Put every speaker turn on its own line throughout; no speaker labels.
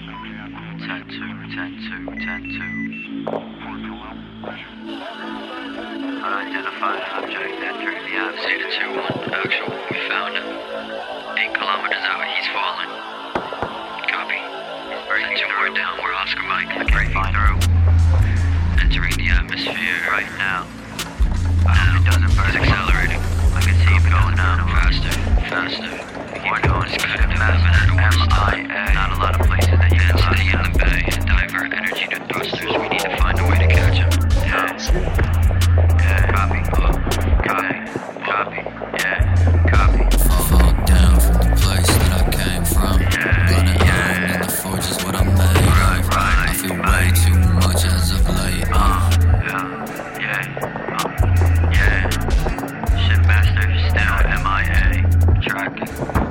Ten two, ten two, ten two. Unidentified object entering the obstacle to two one. Actual, we found him. Eight kilometers out, he's fallen. Copy. Breaking two, we're down. We're Oscar Mike. Breaking through. Entering the atmosphere right now. Now, it's accelerating. I can see it going now. Faster, faster. We're going speed of MIA. Not a lot of places that you can stay in the bay and divert energy to thrusters. We need to find a way to catch him. Yeah. Yeah. Copy. Oh. Copy. Copy. Yeah. Copy.
Fall down from the place that I came from. Blunted iron and the forge is what I'm made
Right,
of.
right.
I feel way too much as of late.
Uh, yeah. Yeah. Uh, yeah. Shipmaster still MIA. Track.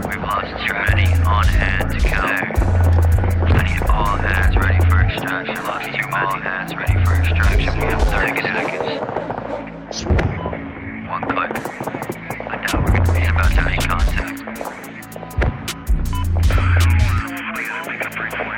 We've lost track. Ready on hand to counter. I need all hands ready for extraction. Lost two all hands ready for extraction. We have 30 seconds. One click. I doubt we're gonna be about to make contact.